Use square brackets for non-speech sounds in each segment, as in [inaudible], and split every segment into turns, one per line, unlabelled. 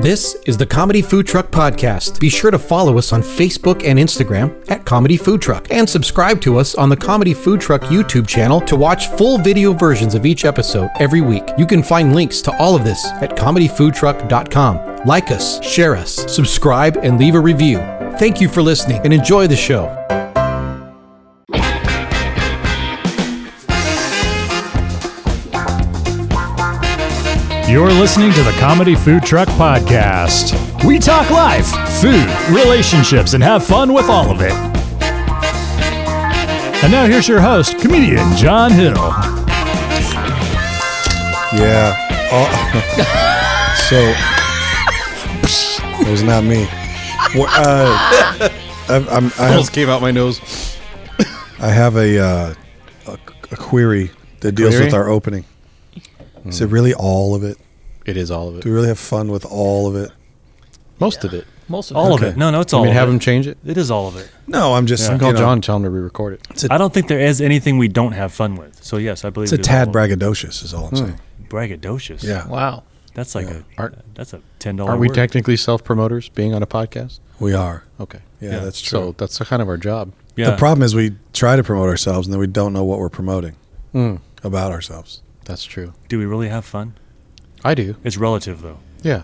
This is the Comedy Food Truck Podcast. Be sure to follow us on Facebook and Instagram at Comedy Food Truck and subscribe to us on the Comedy Food Truck YouTube channel to watch full video versions of each episode every week. You can find links to all of this at comedyfoodtruck.com. Like us, share us, subscribe, and leave a review. Thank you for listening and enjoy the show.
You're listening to the Comedy Food Truck Podcast. We talk life, food, relationships, and have fun with all of it. And now here's your host, comedian John Hill.
Yeah. Oh. [laughs] so it was not me. Well, uh, I'm, I'm, I, have,
almost came out my nose.
I have a, uh, a a query that deals
Query?
with our opening. Is it really all of it?
It is all of
Do we
it.
really have fun with all of it?
Most of it.
Most of all
Okay.
of it. No, no, it's
I
all.
mean,
of
have
it.
him change it.
It is all of it.
No, I'm just you
Call
know,
John, tell him to re-record it.
I don't think there is anything we don't have fun with. So yes, I believe
It's a
it is
tad
all of
braggadocious, is
Hmm.
all I'm saying.
it. braggadocious.
Yeah,
Wow.
that's like a
Aren't-
that's a ten dollar.
Aren't we technically self-promoters being on a podcast?
we are.
Okay.
Yeah,
Yeah.
that's true.
So that's kind of our job.
Yeah.
The problem is we try to promote ourselves and then we don't know what we're promoting
Hmm.
Mm.
about ourselves.
That's true.
Do we really have fun?
I do.
It's relative though.
Yeah.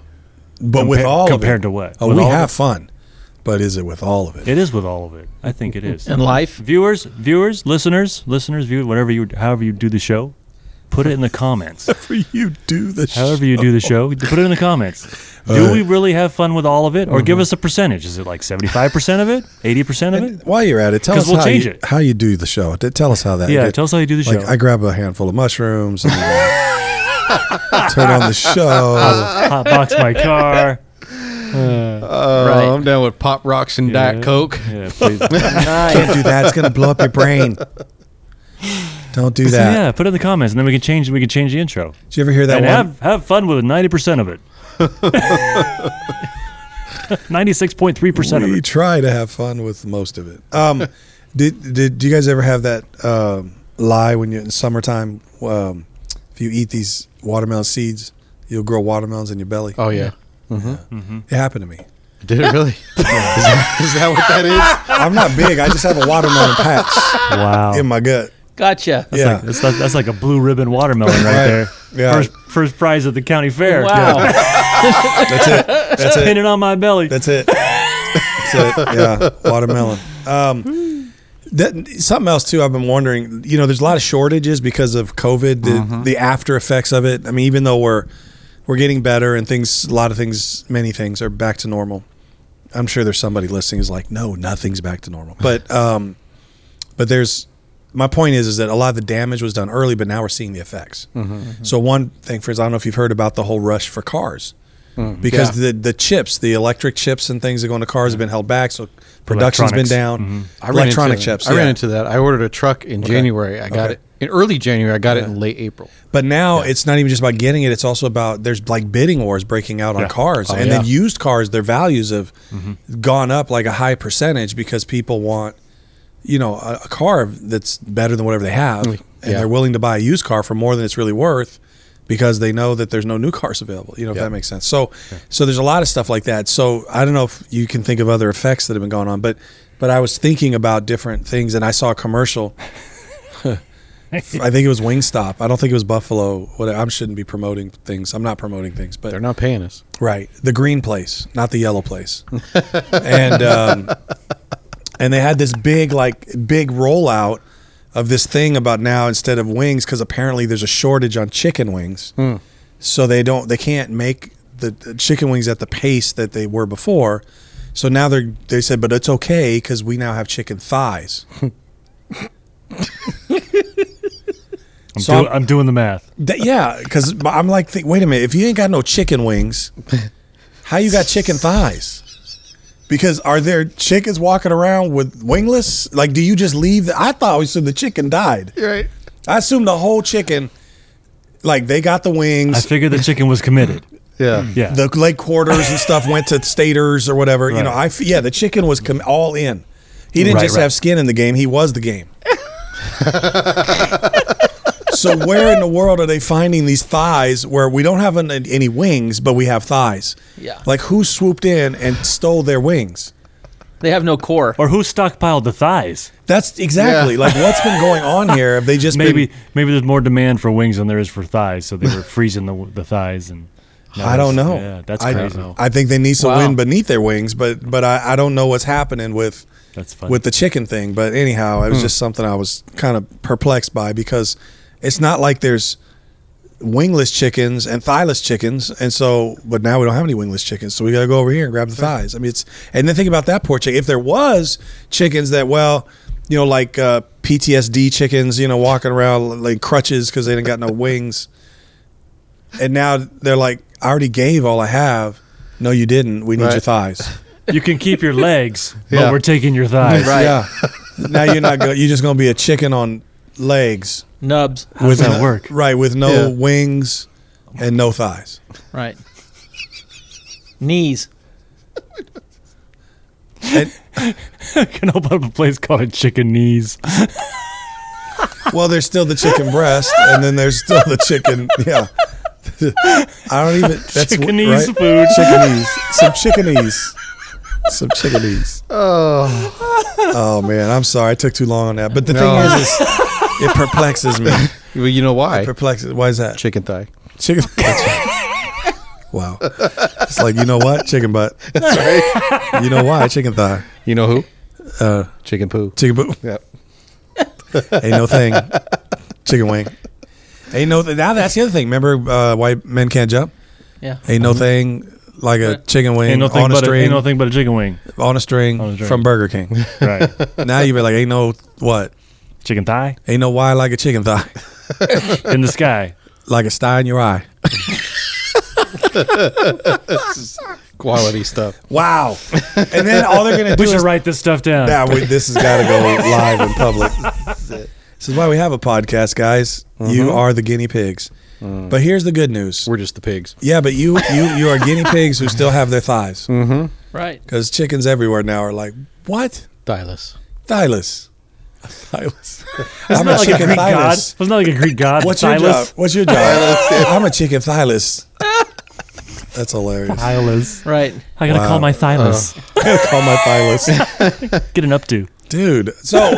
But with
Compa-
all
compared
of it,
to what?
Oh,
With
we
all of
have
it?
fun, but is it with all of it?
It is with all of it. I think it is.
life.
viewers, viewers, listeners, listeners, viewers, whatever you, however you do the show, put it in
[laughs]
the comments.
you do the
however you do the show, put it in the comments. Do
Uh, mm-hmm.
we really have fun with all of it, or give us a percentage? Is it like seventy-five percent of it, eighty percent of it?
While you're at it, tell
'Cause
us
we'll
how,
change
you,
it.
how you do the show. D- Tell us how that.
Yeah,
did-
tell us how you do the
like,
show.
I grab a handful of mushrooms.
[laughs]
And, uh, turn on the
[laughs]
show.
[laughs] Hotbox my car.
right. Uh, I'm down with pop rocks and diet coke.
Yeah, please.
Can't do that. It's gonna blow up your brain. Don't do
So,
that.
yeah, put it in the comments, and then we can change. We can change the intro
Did you ever hear that
and
one?
have have fun with ninety
[laughs]
percent of it. Ninety-six point three percent of
we
it.
try to have fun with most of it. Um, did did do you guys ever have that um, lie when you in summertime? Um, if you eat these watermelon seeds, you'll grow watermelons in your belly.
Oh yeah.
It happened to me.
[laughs] Did it really? [laughs] is, that, is that what that
I'm not big. I just have a
[laughs]
watermelon patch
Wow,
in my gut.
Gotcha.
yeah.
Oh. that's, like, that's like a blue ribbon watermelon right,
Right.
there.
Yeah.
First, first prize at the county fair.
Wow.
That's
[laughs]
it. That's it.
Painted on my belly.
That's it. That's it. Yeah, watermelon. Um, that, something else too. I've been wondering. You know, there's a lot of shortages because of COVID. The,
Mm-hmm.
the after effects of it. I mean, even though we're we're getting better and things, a lot of things, many things are back to normal. I'm sure there's somebody listening who's like, no, nothing's back to normal. But um, but there's my point is is that a lot of the damage was done early, but now we're seeing the effects.
Mm-hmm,
So one thing, for instance, I don't know if you've heard about the whole rush for cars
Mm-hmm.
because the the chips, the electric chips and things that go into cars have been held back, so production's been
Electronics.
down.
Mm-hmm. I ran
Electronic
into,
chips.
I ran
yeah.
into that. I ordered a truck in January. I got
Okay.
it in early January. I got it in late April.
But now it's not even just about getting it; it's also about there's like bidding wars breaking out on cars, and then
yeah. Mm-hmm.
used cars, their values have gone up like a high percentage because people want, you know, a, a car that's better than whatever they have, and
Mm, yeah.
they're willing to buy a used car for more than it's really worth because they know that there's no new cars available. You know, if that makes sense. So, so there's a lot of stuff like that. So I don't know if you can think of other effects that have been going on, but but I was thinking about different things, and I saw a commercial. I think it was Wingstop. I don't think it was Buffalo. Whatever. I shouldn't be promoting things. I'm not promoting things, but
They're not paying us.
right, the green place, not the yellow place, and um, and they had this big like big rollout of this thing about now instead of wings because apparently there's a shortage on chicken wings, so they don't they can't make the, the chicken wings at the pace that they were before. So now they're they said, but it's okay because we now have chicken thighs.
I'm,
So
do-
I'm-
I'm doing the math.
That, yeah, because I'm like, think, wait a minute. If you ain't got no chicken wings, how you got chicken thighs? Because are there chickens walking around with wingless? Like, do you just leave? The, I thought we assumed the chicken died.
Right.
I assumed the whole chicken, like they got the
I
wings,
figured the chicken was committed.
Yeah.
Yeah.
the leg quarters and stuff went to staters or whatever. You
Right.
know, I f- yeah, the chicken was com- all in. He didn't
Right,
just
right.
have skin in the game; he was the game. [laughs] so where in the world are they finding these thighs where we don't have an, any wings, but we have thighs?
Yeah.
Like who swooped in and stole their wings?
They have no core.
Or who stockpiled the thighs?
That's exactly
Yeah.
like what's been going on here. Have they just been-
[laughs] Maybe maybe there's more demand for wings than there is for thighs, so
[laughs]
they were freezing the the thighs and. now
I don't
it's-
know.
Yeah, that's
I,
crazy.
I think they need some
Wow.
wind beneath their wings, but but I, I don't know what's happening with
That's funny.
with the chicken thing. But anyhow, it was just something I was kind of perplexed by because it's not like there's wingless chickens and thighless chickens, and so but now we don't have any wingless chickens, so we got to go over here and grab the thighs. I mean, it's and then think about that poor chicken. If there was chickens that well, you know, like uh, PTSD chickens, you know, walking around like crutches because they didn't got no wings and now they're like, I already gave all I have. No, you didn't. We need your
Right. [laughs]
thighs.
you can keep your legs,
Yeah.
but we're taking your thighs.
Right.
Yeah. now you're not. Go- you're just gonna be a chicken on legs
Nubs.
How does that work?
right? With no
Yeah.
wings and no thighs.
Right. [laughs] Knees.
And,
[laughs] can open up a place called a chicken knees.
well, there's still the chicken breast, and then there's still the chicken. Yeah. [laughs] I don't even. That's
Chicken knees
Right?
food.
Chickenese. Some chickenese. Some chickenese.
Oh,
Oh man, I'm sorry. I took too long on that. But the
No.
thing is, is, it perplexes me.
well, you know why?
Perplexes. Why is that?
Chicken thigh.
Chicken. wow. It's like you know what, chicken butt. That's right. You know why, chicken thigh,
You know who? Uh, chicken poo.
chicken boot.
Yep.
Ain't no thing. Chicken wing. Ain't no. Th- now that's the other thing. Remember, uh, white men can't jump.
Yeah.
Ain't no thing like a chicken wing
Ain't nothing,
on a
but a,
string.
ain't nothing but a chicken wing.
on a string
On a string.
from Burger King. [laughs]
Right.
now you be like, ain't no what?
chicken thigh
Ain't no why like a chicken thigh,
in the sky.
like a sty in your eye.
Quality stuff.
[laughs] Wow. and then all they're gonna do
[laughs] We
is
should write this stuff down.
Now we, this has got to go
[laughs]
live in public. This is why we have a podcast, guys. You
Mm-hmm.
are the guinea pigs.
Mm.
But here's the good news.
We're just the pigs.
yeah, but you you you are guinea pigs who still have their thighs
Mm.
Right.
because chickens everywhere now are like what
Thyless.
thyless, thyless. [laughs] I'm
Wasn't that like a Greek god?
thyless.
Wasn't that like a
[laughs]
Greek god?
What's your job?
Thylus?
What's your job? I'm a chicken
[laughs]
thyless. That's hilarious.
Thylus.
Right.
I gotta call my thylus.
[laughs] Uh. Call my thylus.
Get an updo.
dude. So,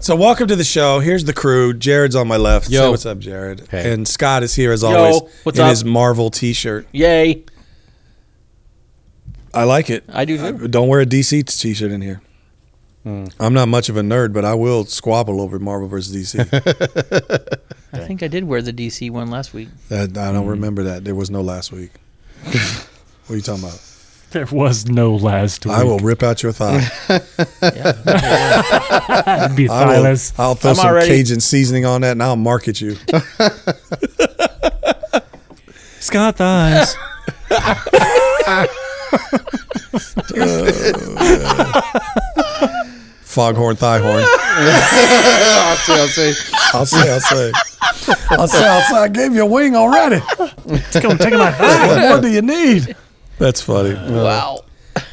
so welcome to the show. Here's the crew. Jared's on my left.
Yo.
Say what's up, Jared?
Hey.
And Scott is here as always
what's
in
up?
his Marvel T-shirt.
Yay.
I like it.
I do too.
Don't wear a DC T-shirt in here.
Hmm.
I'm not much of a nerd, but I will squabble over Marvel versus
[laughs]
DC.
I think I did wear the DC one last [laughs] week.
That- I
Hmm.
don't remember that. There was no last
[laughs]
week. what are you talking about?
There was no last week.
I will rip out your
[laughs]
thigh.
That'd be
I will,
thylus.
I'll throw
I'm
some
already-
Cajun seasoning on that, and I'll market you.
Scott thighs.
Foghorn, thigh horn.
[laughs] I'll say, I'll say.
I'll say, I'll say, I'll say, I'll say. I gave you a wing already.
Let's go take my
[laughs]
thigh.
what more do you need? That's funny.
Wow.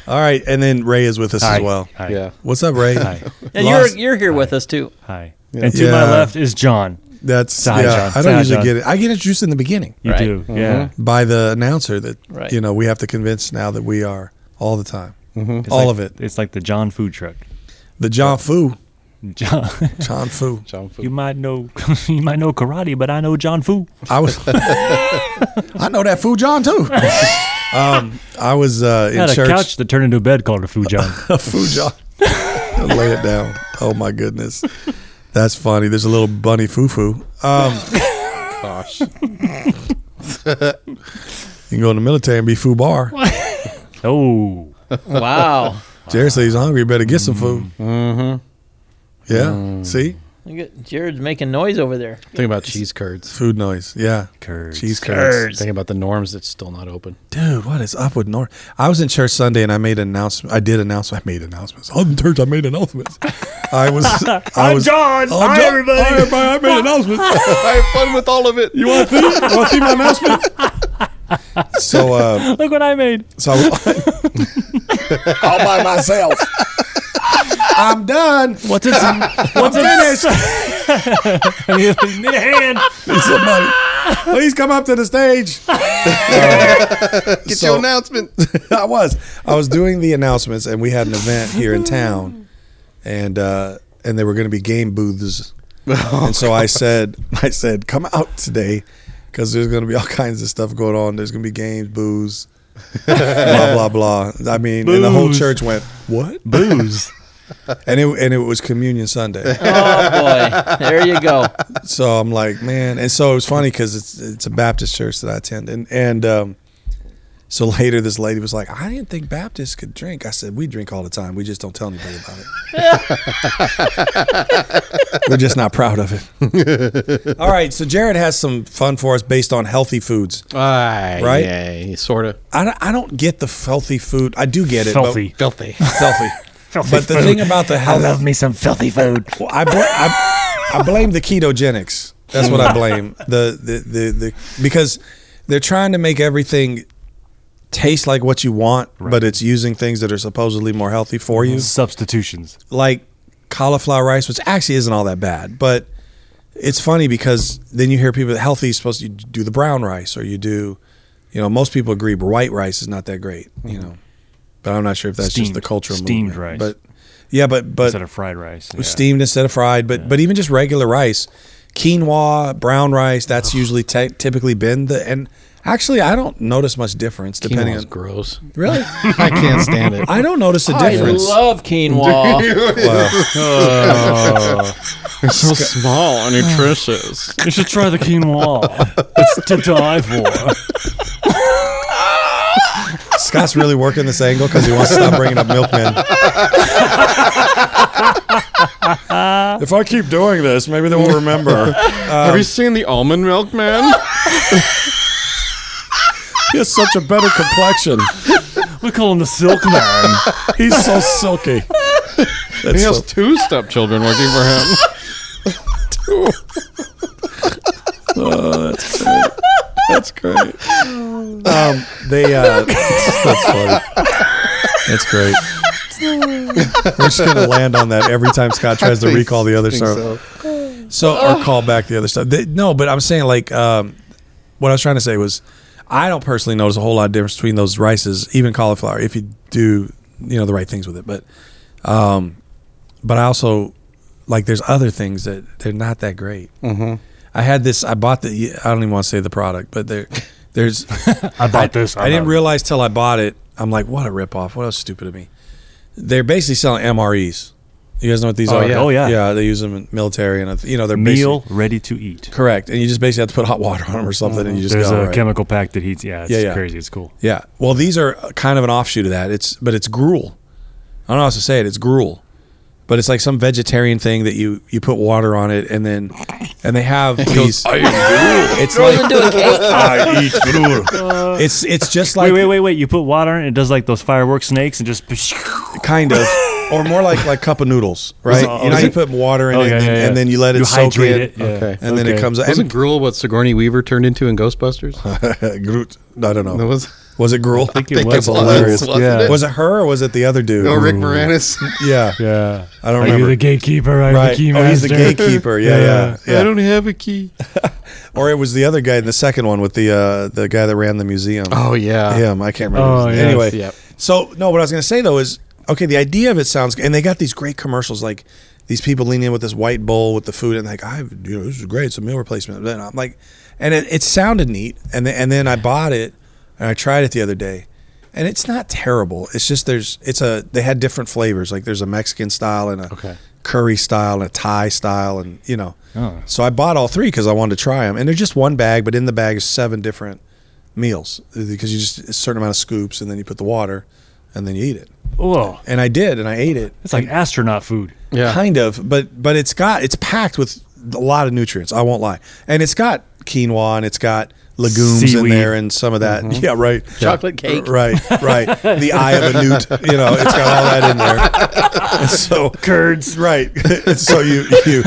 All right, and then Ray is with us as well.
Hi.
Yeah.
What's up, Ray?
And
Lost-
you're you're here with us [laughs] too.
Hi. And to my
Yeah.
left is John.
That's
Hi,
yeah.
John.
I don't
Hi,
usually
John.
get it. I get introduced in the beginning
You
Right.
do. Yeah.
by the announcer that
Right.
you know we have to convince now that we are all the time,
Mm-hmm.
all of it.
It's like the John food truck. [laughs]
The John Fu,
John,
John Fu.
John food.
[laughs] you might know, you might know karate, but I know John Fu.
I was. [laughs] I know that Fu John
[laughs]
too. um, I was uh, in
Had a
church.
couch that turned into a bed called a
[laughs]
Fu John.
a fujon. Lay it down. Oh my goodness, that's funny. There's a little bunny foo foo. Um, [laughs]
Gosh.
you can go in the military and be foo bar.
oh,
Wow.
Jared says he's hungry. Better get some food. Mm-hmm. Yeah. See,
Look at Jared's making noise over there.
Think about cheese curds.
food noise. Yeah.
Curds.
Cheese curds.
Think about the norms that's still not open.
Dude, what is up with North? I was in church Sunday and I made an announcement. I did announcement. I made announcements. I'm in church. I made announcements. I was. I was.
John.
I'm John- Hi, everybody. I made announcements.
[laughs] I have fun with all of it.
You want to see? You want to see my
[laughs]
announcement? So, uh,
Look what I made.
so I was, all by myself. [laughs] I'm done.
[laughs]
What's it? What's it?
[laughs]
[laughs] You Need a hand.
Somebody, please come up to the stage.
[laughs] Get
So-
your announcement.
[laughs] I was. I was doing the announcements, and we had an event here in town, and uh, and there were going to be game booths,
Oh,
and so I said, I said, come out today, because there's going to be all kinds of stuff going on. There's going to be games, booze, blah blah blah. I mean, and the whole
Booze.
church went what?
Booze.
[laughs] And it and it was Communion Sunday.
Oh boy, there you [laughs] go.
so I'm like, man, and so it was funny because it's it's a Baptist church that I attend, and and um, so later this lady was like, I didn't think Baptists could drink. I said, we drink all the time. We just don't tell anybody about it. We're just not proud of it. [laughs] all right, so Jared has some fun for us based on healthy foods.
right? Yeah, sort of.
I don't, I don't get the healthy food. I do get it. but-
Filthy.
Filthy.
Filthy.
[laughs] Filthy
But the
food.
thing about the
I
health,
love me some filthy food.
Well, I, bl- I I blame the ketogenics. That's what I blame the, the the the because they're trying to make everything taste like what you want, but it's using things that are supposedly more healthy for
Mm-hmm.
you,
Substitutions.
like cauliflower rice, which actually isn't all that bad, but. It's funny because then you hear people healthy is supposed to do the brown rice or you do, you know, most people agree, but white rice is not that great, you know. But I'm not sure if that's just
Mm-hmm. Steamed-
the cultural
steamed
movement.
rice.
But yeah, but but
instead of fried rice. Yeah.
steamed instead of fried. But but even just regular rice, quinoa, brown rice, that's usually te- typically been the and actually I don't notice much difference depending
Quinoa's
on
gross.
really
[laughs] I can't stand it.
I don't notice a
I
difference.
love [laughs] quinoa.
Wow.
They're so small and nutritious.
You should try
[laughs]
the quinoa. it's to die for.
[laughs] Scott's really working this angle because he wants to stop bringing up milkmen. [laughs] if I keep doing this, maybe they won't remember.
[laughs] Have you seen the almond milk, man?
[laughs] He has such a better complexion.
We call him the silk man.
He's so silky.
he has two stepchildren working for him.
That's great. [laughs] Um, they [laughs] uh, that's funny. That's great. We're just gonna land on that every time Scott tries to recall the other stuff. So, or call back the other stuff. They- no, but I'm saying like um, what I was trying to say was I don't personally notice a whole lot of difference between those rices, even cauliflower, if you do you know the right things with it. But um, but I also like there's other things that they're not that great. I had this. I bought the. I don't even want to say the product, but there,
[laughs]
there's.
I bought this.
I didn't realize till I bought it. I'm like, what a ripoff! What a stupid of me. They're basically selling MREs. You guys know what these
Oh,
are?
yeah. Oh, yeah.
Yeah, they use them in military and you know they're
meal
basic-
ready to eat.
correct, and you just basically have to put hot water on them or something, and you just
There's
go,
a
all right.
chemical pack that heats. Yeah, it's
Yeah, yeah.
crazy. It's cool.
Yeah. Well, these are kind of an offshoot of that. It's but it's gruel. I don't know how else to say it. It's gruel, but it's like some vegetarian thing that you you put water on it and then and they have these. It's like
[laughs]
I eat gruel. [laughs] It's it's just like
wait, wait, wait, wait. You put water in it, it does like those fireworks snakes and just. [laughs]
kind of, or more like like cup of noodles, right?
it-
you know,
is
you
it-
put water in it,
Okay,
and,
yeah, yeah.
and then you let it
You
soak
hydrate
in,
it, yeah. Okay.
and then it
Okay.
comes. out.
Wasn't gruel what Sigourney Weaver turned into in Ghostbusters?
And, [laughs] Groot. I don't know.
That was-
was it gruel? I
it
That's
was.
hilarious.
Wasn't it?
Was it her or was it the other dude?
Oh, Rick Moranis.
[laughs] Yeah,
Yeah.
I don't
Are
remember.
you the gatekeeper? I'm
right.
the key
oh, he's the
master.
gatekeeper. Yeah, yeah. yeah.
I don't have a key.
Or it was the other guy in the second one with the uh, the guy that ran the museum.
Oh yeah.
him. I can't remember.
Oh,
his
yes.
name. Anyway,
Yep.
so no, what I was going to say though is okay. The idea of it sounds, and they got these great commercials like these people leaning in with this white bowl with the food and like I, you know, this is great. It's a meal replacement. And I'm like, and it, it sounded neat, and then, and then I bought it and I tried it the other day. And it's not terrible. It's just there's it's a they had different flavors. Like there's a Mexican style and a
Okay.
curry style and a Thai style and you know.
Oh.
So I bought all three because I wanted to try them. And they're just one bag, but in the bag is seven different meals because you just a certain amount of scoops and then you put the water and then you eat it.
[laughs] Whoa.
And I did, and I ate it.
It's like astronaut food.
Yeah.
Kind of, but but it's got it's packed with a lot of nutrients. I won't lie, and it's got quinoa and it's got legumes in
Seaweed.
there and some of that. [laughs] Yeah, right.
Chocolate cake.
Right, right. the eye of a newt. You know, it's got all that in there. And so
Curds.
Right. And so you you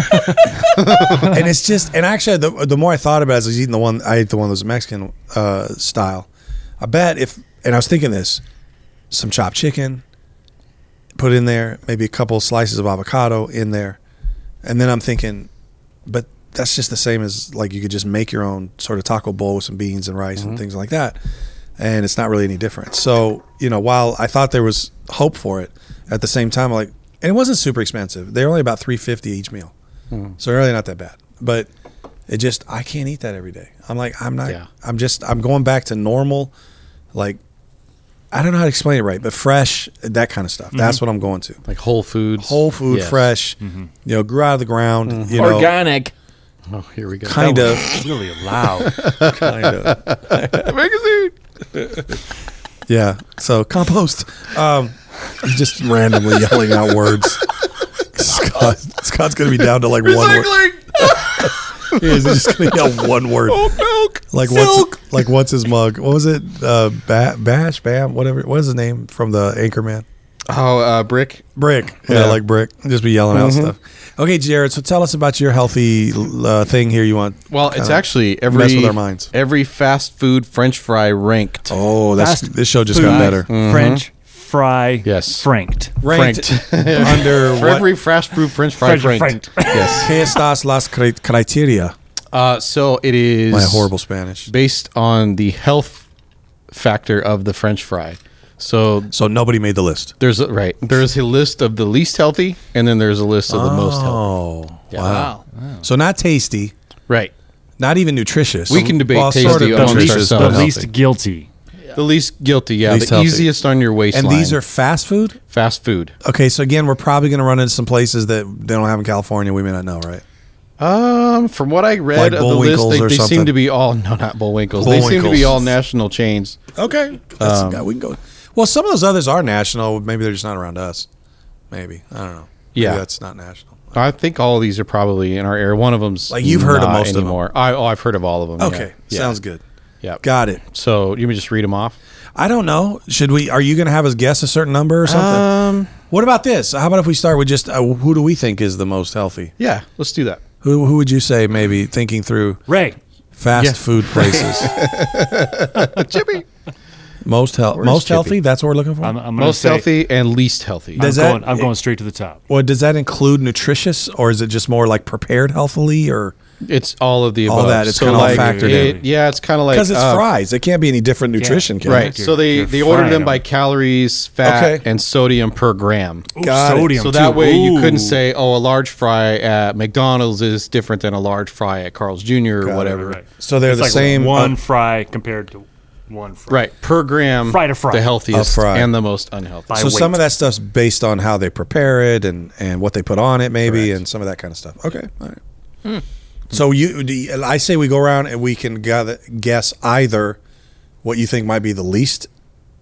and it's just and actually the the more I thought about it, as I was eating the one I ate the one that was Mexican uh, style. I bet if and I was thinking this, some chopped chicken, put in there, maybe a couple slices of avocado in there. And then I'm thinking, but that's just the same as like you could just make your own sort of taco bowl with some beans and rice and things like that. And it's not really any different. So, you know, while I thought there was hope for it, at the same time, like, and it wasn't super expensive. They're only about 350 each meal. So really not that bad. But it just, I can't eat that every day. I'm like, I'm not,
Yeah.
I'm just, I'm going back to normal, like, I don't know how to explain it right, but fresh, that kind of stuff. That's what I'm going to.
Like Whole Foods.
Whole food,
Yes.
fresh, you know, grew out of the ground, you know,
Organic. Oh, here we go.
kind of,
really
[laughs]
loud.
kind of,
Magazine.
yeah. So compost, um, he's just randomly yelling out words. Scott, Scott's gonna be down to like one word.
Recycling.
He is, He's just gonna yell one word.
Milk.
Like what's like what's his mug? What was it? Uh, ba- bash, bam, whatever. What is his name from the Anchorman?
Oh, uh, brick.
Brick. Yeah,
Yeah.
like brick. Just be yelling out stuff. Okay, Jared. So tell us about your healthy uh, thing here. You want?
Well, it's
kinda
actually every
mess with our minds.
Every fast food French fry ranked.
Oh, that's
Fast
this show just got
food,
better. Mm-hmm.
French fry.
Yes.
Franked.
Ranked
For
[laughs] under what?
every fast food French fry
French-
ranked.
yes. Que estas las cri- criteria?
Uh, so it is
My horrible Spanish.
based on the health factor of the French fry. So
So nobody made the list.
there's a, right there's a list of the least healthy, and then there's a list of the most healthy.
Oh,
Wow.
So not tasty,
Right.
not even nutritious.
We can debate
Well,
tasty
sort of
The
amongst
nutritious,
least,
but
the
ourselves.
healthy.
least guilty.
The least guilty, yeah.
Least
the
healthy.
east on your waistline.
And these are fast food.
fast food.
Okay, so again, we're probably going to run into some places that they don't have in California. We may not know, right?
Um, from what I read
Like
of the
Bullwinkles
list, they,
or
they
something.
seem to be all [laughs] no, not Bullwinkles. They seem to
Bullwinkles.
be all national chains.
Okay, that's the guy we can go. Um, Well, some of those others are national. Maybe they're just not around us. Maybe I don't know. Maybe
Yeah.
that's not national.
I think all of these are probably in our area. One of them's
Like, you've heard of
not
most of them.
anymore. I, oh, I've heard of all of them.
Okay,
yeah.
sounds good.
yeah. yeah.
Got it.
So you may just read them off.
I don't know. Should we? Are you going to have us guess a certain number or something?
Um,
what about this? How about if we start with just uh, who do we think is the most healthy?
Yeah, let's do that.
Who who would you say maybe thinking through
Ray.
fast
Yeah.
food places?
[laughs] Chippy,
most health, most
Chippy?
healthy. That's what we're looking for.
I'm, uh, I'm gonna
most
say-
healthy and least healthy.
I'm,
Does that-
going, I'm going straight to the top.
well, does that include nutritious, or is it just more like prepared healthily, or
It's all of the
All
above.
that, it's kinda all factored
it-
in.
Yeah, it's kind of like
because it's
uh,
fries? It can't be any different nutrition, can it?
Right.
You're-
So they
you're
they ordered
frying
them by
them.
calories, fat,
Okay.
and sodium per gram.
Ooh,
Got it.
sodium.
So that
too.
way you
Ooh.
couldn't say, oh, a large fry at McDonald's is different than a large fry at Carl's Jr. or whatever.
Right.
So they're
It's
the
like
same-
One
uh,
fry compared to one fry.
Right, per gram,
Fry to fry.
the healthiest
A fry.
and the most unhealthy.
By
So some
weight.
of that stuff's based on how they prepare it and and what they put on it, maybe, and some of that kind of stuff. Okay, all right. So you, do you- I say we go around and we can gather, guess either what you think might be the least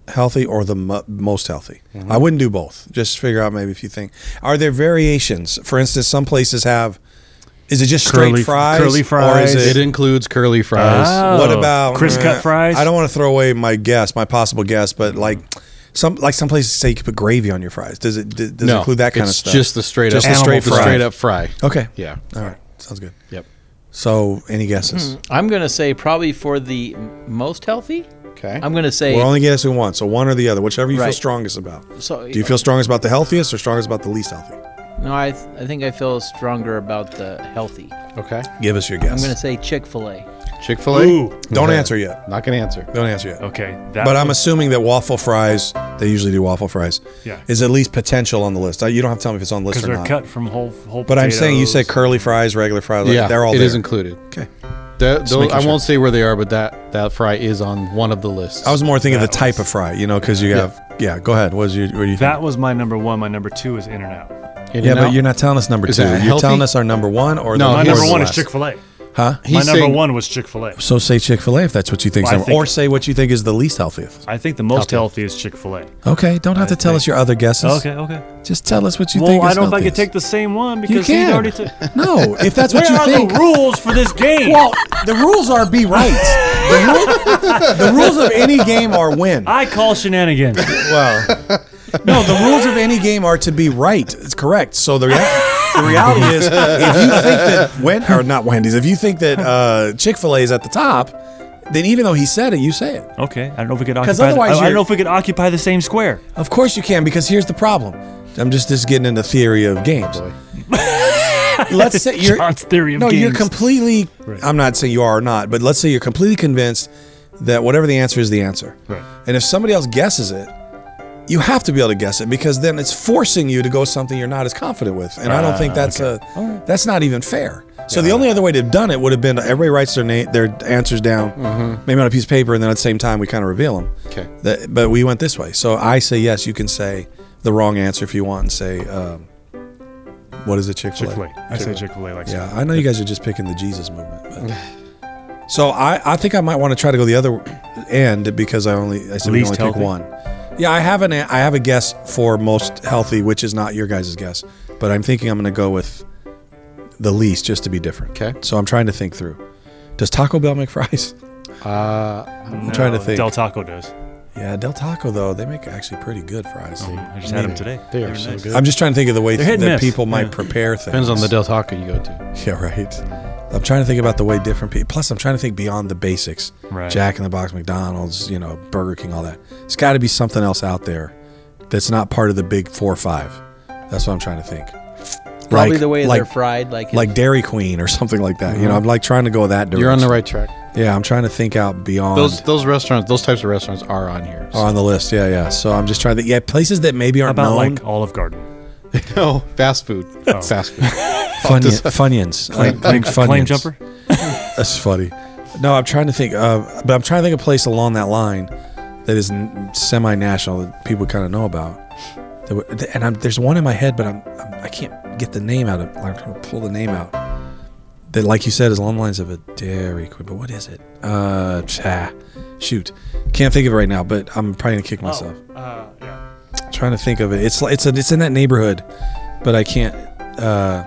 healthy or the mo- most healthy.
Mm-hmm.
I wouldn't do both. Just figure out maybe if you think are there variations. For instance, some places have. Is it just straight
Curly-
fries?
curly fries.
Or is
it
it,
includes curly fries.
Ah.
what
Oh,
about Mm.
crisp cut fries?
I don't want to throw away my guess, my possible guess, but like some like some places say you can put gravy on your fries. Does it does, does it
no,
include that kind of
it's
stuff?
Just the straight
Just
up,
the straight
the
fry. Oh.
straight up fry.
okay.
Yeah.
All right. Sounds good.
Yep.
So any guesses?
Hmm.
I'm going to say probably for the m- most healthy.
Okay.
I'm going to say.
We're only guessing one, so one or the other, whichever you feel
Right.
strongest about.
so,
Do you feel strongest about the healthiest or strongest about the least healthy?
No, I, th- I think I feel stronger about the healthy.
Okay.
Give us your
I'm
guess.
going to say Chick fil A.
Chick Fil A.
Ooh.
Don't answer yet.
Not gonna answer.
Don't answer yet.
Okay. That
But I'm assuming that waffle fries, they usually do waffle fries,
Yeah.
is at least potential on the list. Uh, You don't have to tell me if it's on the list
because
or
they're
not.
cut from whole whole.
But I'm saying you said
potatoes.
curly fries, regular fries. like,
yeah,
they're all
it
there.
is included.
Okay.
That, those,
making
I
sure.
won't say where they are, but that that fry is on one of the lists.
I was more thinking the type of fry, you know, because you have. Yeah, go ahead. What is your? What do you
that was my number one. My number two is In and Out.
In
think? Yeah,
and
but
out.
you're not telling us number
Is
two.
that
You're
healthy?
telling us our number one or
No,
the
My
here's
number
the
one is
last.
Chick Fil A.
huh?
My
He's
number
saying-
one was Chick Fil A.
So say Chick Fil A if that's what you think's
Well, I
number,
think-
or say what you think is the least healthiest.
I think the most healthy is Chick Fil A.
Okay, don't have to tell
think-
us your other guesses.
Okay. Okay.
just tell us what you
Well,
think.
I
is
don't know if I could
healthiest.
take the same one because
can.
he already took.
No, if that's what
[laughs] Where
you
are
think.
the rules for this game?
well, the rules are be right. The, rule- the rules of any game are win.
I call shenanigans.
Well, no, the rules of any game are to be right. It's correct. So the, rea- the reality is, if you think that when or not Wendy's, if you think that uh, Chick Fil A is at the top, then even though he said it, you say it.
okay. I don't know if we could
'Cause
occupy. The,
otherwise
I, I
you're-
don't know if we could occupy the same square.
Of course you can, because here's the problem: I'm just just getting into theory of games. let's say you're
John's theory of
no, you're
games.
completely. I'm not saying you are or not, but let's say you're completely convinced that whatever the answer is, the answer.
Right.
And if somebody else guesses it, you have to be able to guess it because then it's forcing you to go something you're not as confident with, and I don't think that's a that's not even fair. So the only other way to have done it would have been everybody writes their name, their answers down, maybe on a piece of paper, and then at the same time we kind of reveal them.
Okay.
That, but we went this way. So I say yes. You can say the wrong answer if you want, and say um, what is it, Chick
Chick Fil A. I say Chick Fil A like
yeah, I know you guys are just picking the Jesus movement. But.
[sighs]
so I, I think I might want to try to go the other end because I only I said we
Least
only
healthy.
pick one. Yeah, I have an I have a guess for most healthy, which is not your guys' guess, but I'm thinking I'm going to go with the least just to be different.
Okay.
So I'm trying to think through. Does Taco Bell make fries? [laughs]
Uh,
I'm trying to think.
Del Taco does.
yeah, Del Taco though they make actually pretty good fries.
Oh, I just had them today.
They are
were
so
nice.
good.
I'm just trying to think of the way
They're hit and
that
miss.
people might
Yeah.
prepare things.
Depends on the Del Taco you go to.
[laughs] Yeah, right. I'm trying to think about the way different people. Plus, I'm trying to think beyond the basics.
Right.
Jack in the Box, McDonald's, you know, Burger King, all that. It's got to be something else out there that's not part of the big four or five. That's what I'm trying to think.
Probably
Like-
the way
like,
they're fried. Like,
like Dairy Queen or [laughs] something like that. You know, I'm like trying to go that direction.
You're on the right track.
Yeah, I'm trying to think out beyond.
Those those restaurants, those types of restaurants are on here.
are on the list, yeah, yeah. So I'm just trying to. Yeah, places that maybe
How
aren't
about
known.
like
[laughs]
Olive Garden?
no, [laughs] fast food.
Oh.
Fast food.
Funyun- Funyuns. Claim,
Claim, claim jumper?
That's funny. No, I'm trying to think. Uh, but I'm trying to think of a place along that line that is n- semi-national that people kind of know about. That would- th- And I'm, there's one in my head, but I'm, I'm I can't get the name out of. Like, I'm trying to pull the name out. That, like you said, is along the lines of a Dairy Queen. But what is it? Uh, ah, shoot, can't think of it right now. But I'm probably gonna kick myself. Trying to think of it. It's li- it's a, it's in that neighborhood, but I can't. Uh,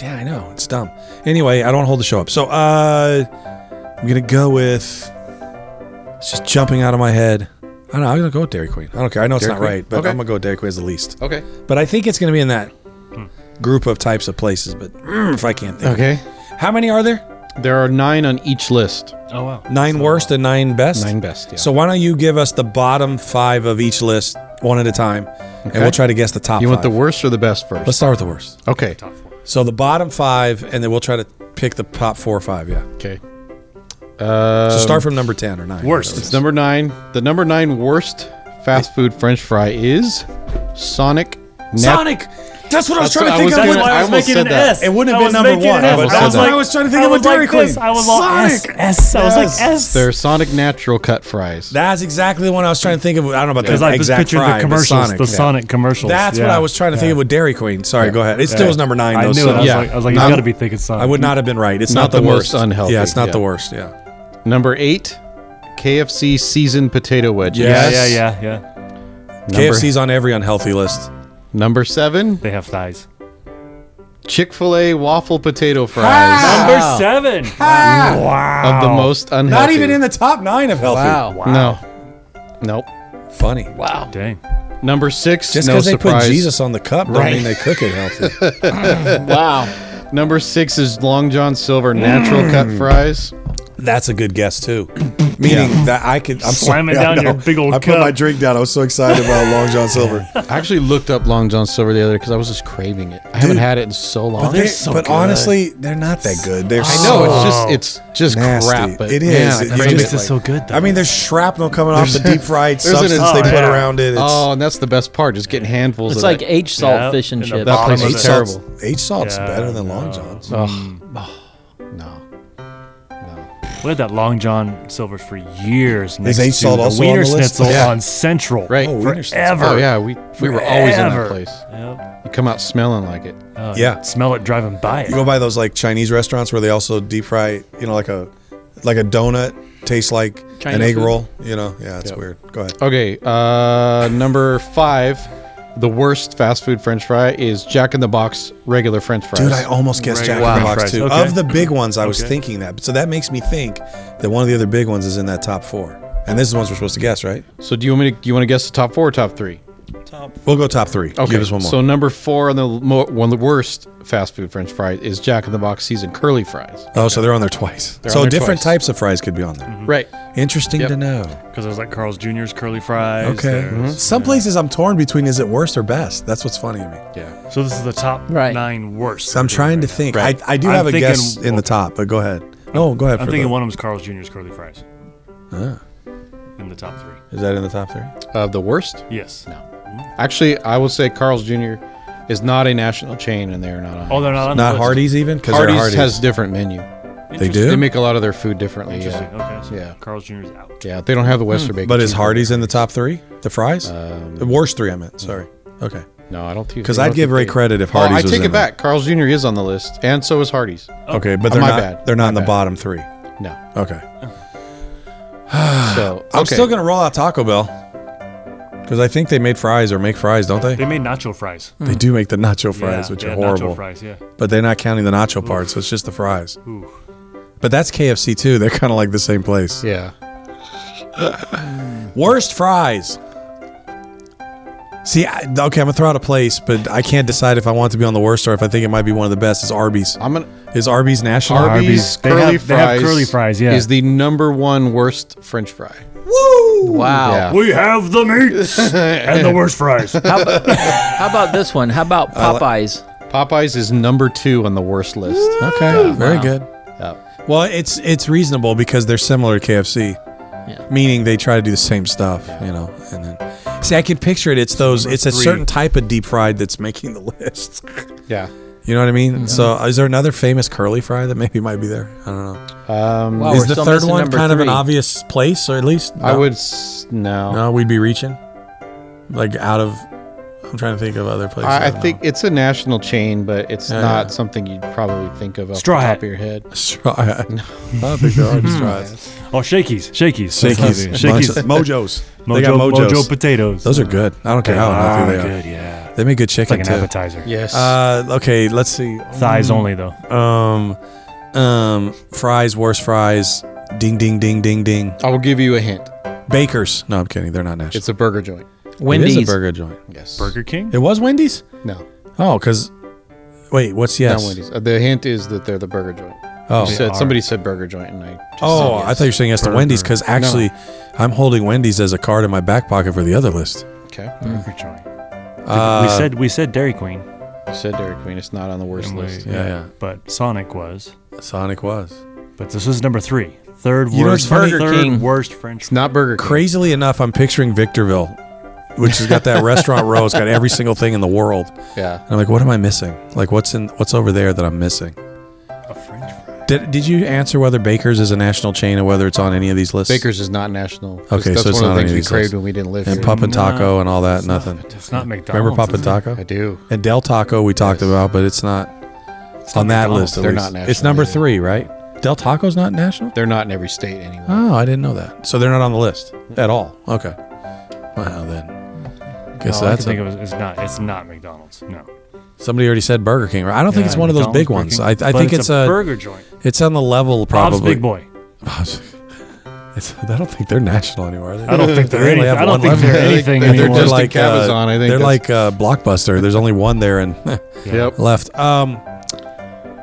yeah, I know it's dumb. Anyway, I don't hold the show up. So uh, I'm gonna go with. It's just jumping out of my head. I don't know. I'm gonna go with Dairy Queen. I don't care. I know it's
Dairy
not
Queen?
right, but
Okay.
I'm gonna go with Dairy Queen as the least.
[laughs]
Oh.
Okay.
But I think it's gonna be in that
Hmm.
group of types of places. But mm, if I can't think,
Okay.
how many are there?
There are nine on each list.
Oh, wow.
Nine worst and nine best.
Nine best, yeah.
So why don't you give us the bottom five of each list, one at a time, and we'll try to guess the top.
You want the
five.
worst or the best 1st
Let's start with the worst.
okay.
So the bottom five, and then we'll try to pick the top four or five. Yeah.
Okay. Uh,
So start from number ten or nine.
Worst.
whatever it is.
it's number nine. The number nine worst fast food French fry is Sonic. Nap-
Sonic. That's what I was
That's
trying
what
to
I
think
was-
of.
That's
wouldn't-
why
I
I was
almost
making
said
an
that.
S.
It wouldn't have
I
been
was
number
making
one.
an
I
S.
almost
I
said
was
that.
like-
I was trying to think
I
of a
was like
Dairy Queen.
this. I was all
Sonic!
S. S. I was
Yes.
like S.
They're Sonic natural cut fries.
That's exactly the one I was trying to think of. I don't know about
Because
the
I was
exact
picturing
fry,
the
but
commercials,
Sonic.
the
Yeah.
Sonic commercials.
That's what
Yeah.
I was trying to think of with Dairy Queen. Sorry, go ahead. It still
Yeah.
was number nine.
I
though,
knew
so
it. I was
yeah.
like, I was like,
Not-
you got to be thinking Sonic.
I would not have been right. It's
Not
not, the,
the
worst.
most unhealthy,
Yeah, it's not
yeah.
the worst. Yeah.
Number eight, KFC seasoned potato wedges.
Yeah,
Yes.
yeah, yeah, yeah.
Number,
KFC's on every unhealthy list.
Number seven,
They have thighs.
Chick fil A waffle potato fries.
Number seven. Wow.
Of the most unhealthy.
Not even in the top nine of healthy.
wow.
No. Nope.
Funny.
Wow.
Dang.
Number six,
Just
no
because they
surprise.
put Jesus on the cup, don't mean they cook it
[laughs]
healthy.
Wow.
Number six is Long John Silver natural cut
Mm.
fries.
That's a good guess too. [clears throat] Meaning that I could I'm
Slam it
sorry, [laughs] I
down your
know.
big old
I put
cup.
my drink down. I was so excited
[laughs]
about Long John Silver.
I actually looked up Long John Silver the other day because I was just craving it. I haven't had it in so long.
But, they- but honestly, they're not that good. They're
I know it's just it's just
nasty.
crap. But
It
man,
is.
I
It-
crave
you
What
it,
just-
makes it
like-
so good, though?
I mean, there's shrapnel coming off the
[laughs]
deep fried
There's an-
substance they
oh,
put
yeah.
around it. It's,
oh, and that's the best part, just getting handfuls. of
It's like
that.
H salt
Yeah,
fish and
in the
chips.
that place
Bottom of
is
it.
terrible.
H salt's
Yeah,
better than Long
no.
John's.
Mm.
No,
We had that Long John Silver for years. Next
H
to
Salt
the
also on
Wiener
the list?
Schnitzel
Yeah.
on Central.
right?
Oh, Wiener Schnitzel.
Forever.
Oh yeah, we we were always in that
Forever.
place.
Yep.
You come out smelling like it.
Oh,
Yeah.
Smell it driving by it.
You go by those like Chinese restaurants where they also deep fry, you know, like a like a donut tastes like an
Chinese
egg
food.
roll. You know, yeah, it's weird. Go ahead.
Okay, uh, number five, the worst fast food French fry is Jack in the Box regular French fries.
Dude, I almost guessed Jack in
Wow.
the Box
French
too.
fries. Okay.
Of the big ones, I was
Okay.
thinking that. So that makes me think that one of the other big ones is in that top four. And this is the ones we're supposed to guess, right?
so do you want me to? Do you want to guess the top four or top three?
Top.
We'll go top three.
Okay,
Give us one more.
so number four on the mo- one of the worst fast food French fries is Jack in the Box seasoned curly fries.
oh, so they're on there twice.
They're
so
on there
different
twice.
types of fries could be on there.
Right.
Interesting
Yep.
to know.
Because I was like Carl's Jr.'s curly fries.
Okay. mm-hmm.
there's-
Some places I'm torn between is it worst or best? That's what's funny to me.
Yeah.
So this is the top
Right.
nine worst.
So I'm trying to think.
Right.
I, I do
I'm
have a
thinking-
guess in the top, but go ahead. No, go ahead.
I'm
for
thinking
the- Ah.
one of them's Carl's Jr.'s curly fries. In the top three.
Is that in the top three?
Of Uh, the worst?
Yes.
Actually, I will say Carl's Jr. is not a national chain, and they're not on.
Oh, they're not on
Not
the list.
Hardee's even because
Hardee's,
they're Hardee's.
has different menu.
they do,
They make a lot of their food differently.
Interesting.
Yeah.
Okay. So
Yeah.
Carl's Jr. is out.
yeah, they don't have the Western Bacon.
Hmm. but is
cheeseburger.
Hardee's in the top three? The fries, the worst three. I meant. Sorry. Okay.
No, I Um, don't think.
Because
I
I'd
don't
give
think
Ray
they-
credit if
Oh,
Hardee's.
I
was
take
in
it back. Carl's Jr. is on the list, and so is Hardee's.
there. Okay, but they're
My
not.
bad.
They're not
My
in the
bad.
bottom three. [sighs]
No.
Okay.
So
I'm
okay.
still gonna roll out Taco Bell because I think they made fries or make fries, don't they?
They
They,
made nacho fries.
Mm.
do make the nacho fries,
Yeah,
which
they
are
had
horrible.
Nacho fries, yeah.
But they're not counting the nacho part, so it's just the fries.
Ooh.
But that's KFC too. They're kind of like the same place.
Yeah.
Worst fries. See, I, okay, I'm gonna throw out a place, but I can't decide if I want it to be on the worst or if I think it might be one of the best. Is Arby's?
I'm gonna.
Is Arby's national?
Arby's,
They
curly
have-
fries.
they have curly fries, yeah.
Is the number one worst French fry.
Wow.
Yeah.
We have the meats
[laughs]
and the worst fries.
How, ab- how about this one? How about Popeyes?
Popeyes is number two on the worst list.
Okay, very
Wow.
good.
Yeah.
Well, it's it's reasonable because they're similar to KFC,
Yeah.
meaning they try to do the same stuff, you know. And then, see, I can picture it. It's those. It's a
three.
certain type of deep fried that's making the [laughs] list.
Yeah.
You know what I mean?
Mm-hmm.
So, uh, is there another famous curly fry that maybe might be there? I don't know.
Um,
Wow, Oh, we're
is the
still
third
missing
one
number
kind of an
three.
obvious place, or at least
I
no?
would s- no.
No, we'd be reaching. Like out of, I'm trying to think of other places.
I, I
don't
think it's a national chain, but it's
Yeah,
not
yeah.
something you'd probably think of off
Straw
the top
Hat.
of your head.
know. [laughs]
[laughs]
straw. I don't think there are [laughs] straws.
Oh, Shakey's. Shakey's.
Shakey's,
Shakey's.
[laughs] Bunch of- mojos.
Mojo,
they got mojos.
Mojo potatoes.
Those are good. I don't care how
are
unhealthy they are.
good, yeah.
They make good
It's like
chicken
an
too.
appetizer.
Yes.
Uh, okay, let's see.
Thighs only, though.
Um, um, fries, worst fries. Ding, ding, ding, ding, ding.
I will give you a hint.
Bakers. No, I'm kidding. They're not national.
It's a burger joint.
Wendy's.
It is a burger joint.
Yes.
Burger King?
It was Wendy's.
No.
Oh, because wait, what's yes?
Not Wendy's. Uh, the hint is that they're the burger joint.
Oh,
You said
are.
somebody said burger joint, and I. Just
Oh,
said
I
yes.
thought you were saying yes to Wendy's because actually,
No.
I'm holding Wendy's as a card in my back pocket for the other list.
Okay.
Mm.
Burger joint. we
Uh,
said we said Dairy Queen.
You said Dairy Queen. It's not on the worst
and we-
list.
Yeah, yeah.
But Sonic was.
Sonic was.
But this was number three. Third
You know, it's
worst.
funny-
third
Burger King.
worst French
It's not Burger King.
Crazily enough, I'm picturing Victorville, which has got
[laughs]
that restaurant row. It's got every single thing in the world.
Yeah.
And I'm like, what am I missing? Like, what's in what's over there that I'm missing?
A French fry.
Did, did you answer whether Baker's is a national chain and whether it's on any of these lists?
Baker's is not national. 'cause
Okay,
that's
so it's
one
not
of
on
the
any
things
of
we
these
craved
lists.
when we didn't live
and
here.
Pop and
No,
Taco and all that, nothing.
It's not McDonald's.
Remember Pop and
is it?
Taco
I do.
and Del Taco we talked about, but it's not on that
McDonald's.
list. At
They're
least.
not
It's
national
number
either.
three, right? Del Taco's not national.
They're not in every state anyway.
Oh, I didn't know that. So they're not on the list at all. Okay. Wow, then. Guess
No, I can
that's
think
a,
of it as- it's not. It's not McDonald's. No.
somebody already said Burger King. Right? I don't think
Yeah,
it's one of those
McDonald's,
big
Burger
ones.
King.
I, I
But
think
it's,
it's
a
a
burger joint.
it's on the level
Bob's
probably.
Big Boy.
Bob's- [laughs] it's, I don't think they're national anymore.
I don't think they're
They only
anything.
have
I
one
don't think
left.
[laughs] they're anything
They're
anymore.
just
They're
in
like uh,
Cabazon, I think
they're
that's-
like uh, Blockbuster. There's only one there, and [laughs]
Yep.
left. Um,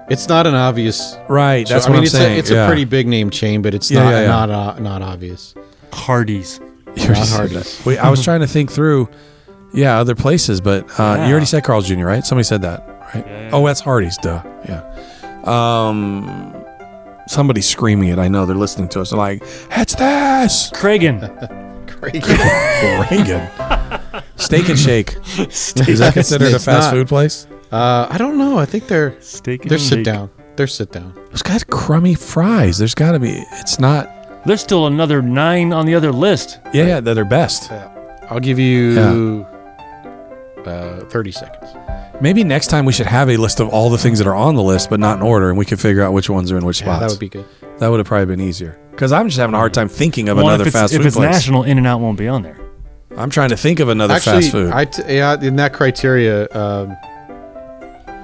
It's not an obvious.
right. That's
I
what
mean,
I'm
it's
saying.
A, it's
Yeah.
a pretty big name chain, but it's
Yeah,
not
yeah, yeah.
not uh, not obvious.
Hardee's.
You already
Not
said
Hardee's.
that. Wait, I was trying to think through, yeah, other places, but uh, you
Yeah.
already said Carl's Jr., right? Somebody said that, right?
Yeah, yeah,
Oh, that's Hardy's, duh. Yeah. Um, somebody's screaming it. I know they're listening to us. They're like, it's this.
Kragen.
Reagan. Steak and Shake. Is that considered a
It's
fast
not.
food place?
Uh, I don't know. I think they're
Steak and
they're sit
shake.
down. They're sit down.
It's got crummy fries. There's got to be. It's not.
There's still another nine on the other list.
Yeah, yeah, they're their best.
I'll give you uh, thirty seconds.
Maybe next time we should have a list of all the things that are on the list, but not in order, and we can figure out which ones are in which
Yeah,
spots.
that would be good.
That would have probably been easier. Because I'm just having a hard time thinking of
Well,
another
if it's,
fast
if
food
it's
place.
national, In and Out won't be on there.
I'm trying to think of another
Actually,
fast food.
I t- yeah, in that criteria, um,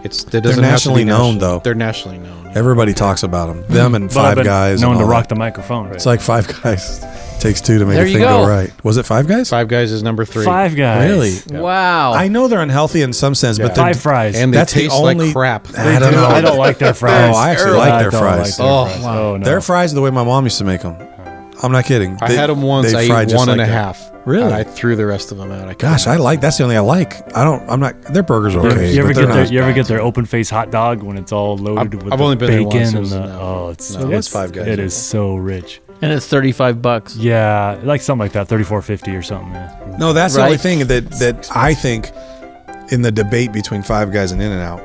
It's it doesn't have to
nationally
be
known,
national.
though.
They're nationally known.
Everybody talks about them. Them and
Well, I've
Five
been
Guys.
known
and
to
all
rock
that.
the microphone.
It's like Five Guys. [laughs] Takes two to make
There
a
you
thing go.
go.
right. Was it Five Guys?
Five Guys is number three.
Five guys.
Really?
Wow.
I know they're unhealthy in some sense, but they're,
Five fries.
and they
That's the
taste
only-
like crap.
I don't
Dude,
know.
[laughs] I don't like their
[laughs]
fries.
Oh, I actually
I
like their
don't
fries.
their
Oh,
fries.
wow.
Oh, no.
Their fries are the way my mom used to make them. I'm not kidding.
I
They-
had them once.
they
I
fry
ate
just
one
like
and a
that.
half.
Really?
And I threw the rest of them out. I couldn't
Gosh, I
have
like. That's the only I like. I don't. I'm not. Their burgers are
You ever,
okay.
you
but
ever get
they're
their
not-
you ever get their open face hot dog when it's all loaded
I've-
with
I've
the
only been there
bacon
once. It
and
was-
the
no.
oh it's
No,
it's,
it was Five Guys,
It
yeah.
is so rich.
and it's 35 bucks.
Yeah, like something like that, thirty four fifty or something. Yeah.
No, that's the only
Right.
thing that that I think in the debate between Five Guys and In and Out.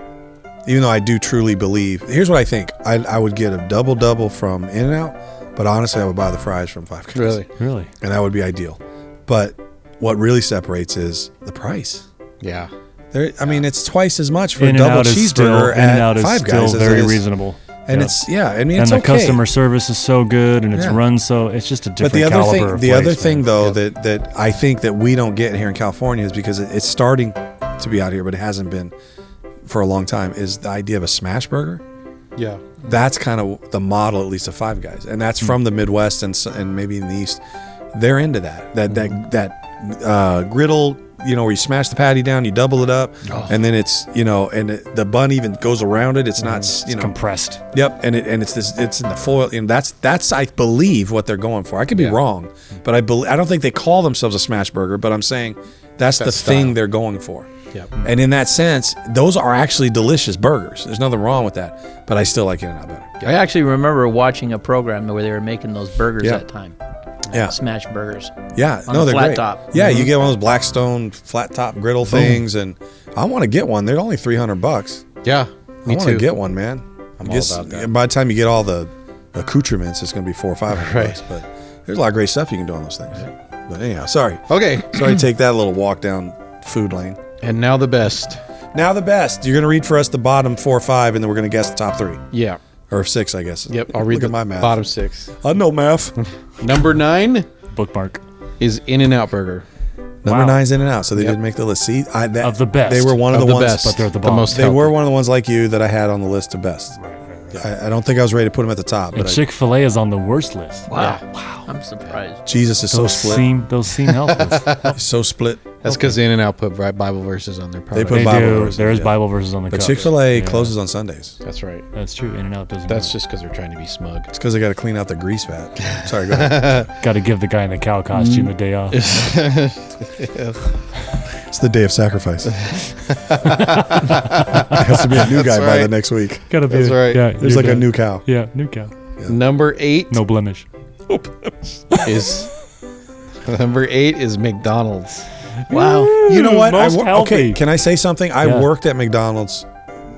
Even though I do truly believe, here's what I think: I, I would get a double double from In and Out, but honestly, I would buy the fries from Five Guys,
Really?
Really?
and that would be ideal. But what really separates is the price.
Yeah.
There, I mean, it's twice as much for
In
a
and
double
out is still
cheeseburger
In and out
at
is
Five
still
Guys, as
very
it is-
reasonable.
and
Yeah.
it's yeah, I mean,
and
it's
the
okay.
customer service is so good, and it's
Yeah.
run so it's just a
But
different.
the other
caliber
thing,
of
the
place,
other
man.
thing though that that I think that we don't get here in California is because it, it's starting to be out here, but it hasn't been for a long time. Is the idea of a smash burger?
Yeah.
That's kind of the model, at least of Five Guys, and that's
Mm.
from the Midwest and s- and maybe in the East. They're into that that
Mm.
that that uh, griddle. You know, where you smash the patty down, you double it up,
Oh.
and then it's you know, and it, the bun even goes around it. It's not s- you
Mm. it's
know
compressed.
Yep, and it and it's this it's in the foil, and that's that's I believe what they're going for. I could be wrong, but I believe I don't think they call themselves a smash burger, but I'm saying that's, the thing they're going for.
Yep.
And in that sense, those are actually delicious burgers. There's nothing wrong with that, but I still like In-N-Out better.
I actually remember watching a program where they were making those burgers
Yeah.
that time.
Yeah,
Smash burgers.
yeah,
On
no,
the
they're
flat
great.
top. Mm-hmm.
Yeah, you get one of those Blackstone flat top griddle things, and I want to get one. They're only 300 bucks.
Yeah. Me
I want
too.
to get one, man. I'm guess,
about that.
and By the time you get all the accoutrements, it's going to be four or five hundred
[laughs] Right.
bucks. But there's a lot of great stuff you can do on those things. But anyhow, sorry,
okay.
sorry to take that little walk down food lane.
And now the best.
Now the best. You're going to read for us the bottom four or five, and then we're going to guess the top three
Yeah.
or six, I guess.
Yep. I'll read
Look
the
at my math.
bottom six.
I know
[laughs]
math.
Number nine
Bookmark.
is In and Out Burger.
Number
Wow.
nine's in and out, so they
Yep.
didn't make the list. See, I, that,
Of the best.
They were one of,
Of
the,
the
ones.
best.
but they're the
the
bomb.
most
They
healthy.
were one of the ones like you that I had on the list of best. I, I don't think I was ready to put them at the top, but I,
Chick fil A is on the worst list.
Wow. Wow. I'm surprised.
Jesus is so
Those
split.
seem
[laughs]
those seem helpless.
So split.
That's because In and Out put Bi- Bible verses on their product.
put
they
Bible
do.
verses,
there is
yeah.
Bible verses on the
But
cups.
Chick Fil A
Yeah.
closes on Sundays.
That's right.
That's true. In and out doesn't.
That's just because they're trying to be smug.
It's because I got to clean out the grease vat. Sorry, go ahead.
got to give the guy in the cow
Mm.
costume a day off.
It's the day of sacrifice.
[laughs]
it has to be a new guy by the
right.
next week.
got to be.
That's right.
Yeah,
There's
you're
like a
good.
new cow.
Yeah, new cow.
Number eight
No blemish.
is [laughs] number eight is McDonald's.
Wow.
You know what? I
Most
wor- okay,
healthy.
can I say something? I
Yeah.
worked at McDonald's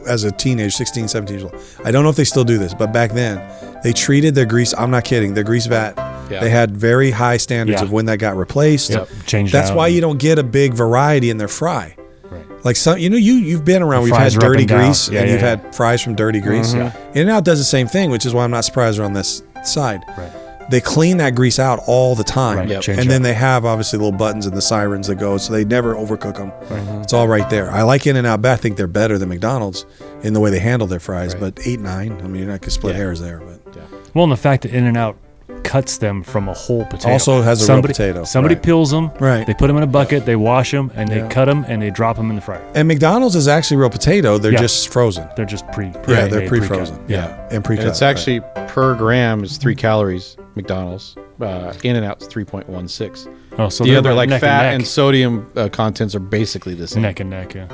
as a teenager, 16, 17 years old. I don't know if they still do this, but back then they treated their grease. I'm not kidding. Their grease vat.
Yeah.
They had very high standards
Yeah.
of when that got replaced.
Yep. Changed
That's
out.
why you don't get a big variety in their fry.
Right.
Like some, you know, you you've been around.
The
We've had
fries are up
dirty
and down.
grease,
Yeah,
and
yeah,
you've
yeah. Mm-hmm.
had fries from dirty grease. In and out does the same thing, which is why I'm not surprised we're on this side.
Right.
They clean that grease out all the time,
Right, Yep. change
and then
up.
they have obviously little buttons and the sirens that go, so they never overcook them.
Mm-hmm.
It's all right there. I like In and Out, but I think they're better than McDonald's in the way they handle their fries. But eight, nine, I mean, you're not gonna split hairs there, but
Well, and the fact that In and Out cuts them from a whole potato.
Also has a real
somebody,
potato,
Somebody
right.
peels them.
Right.
They put them in a bucket. They wash them and they cut them and they drop them in the fryer.
and McDonald's is actually real potato. They're
Yeah.
just frozen.
They're just pre.
Yeah,
pre-made,
they're
pre-cut.
pre-frozen.
Yeah.
and pre-cut.
And it's
right.
actually per gram is three calories. McDonald's uh, In and Out's three point one six.
Oh, so
the
they're
other
about
like
neck
fat
and,
and
neck.
sodium uh, contents are basically the same.
neck and neck. Yeah.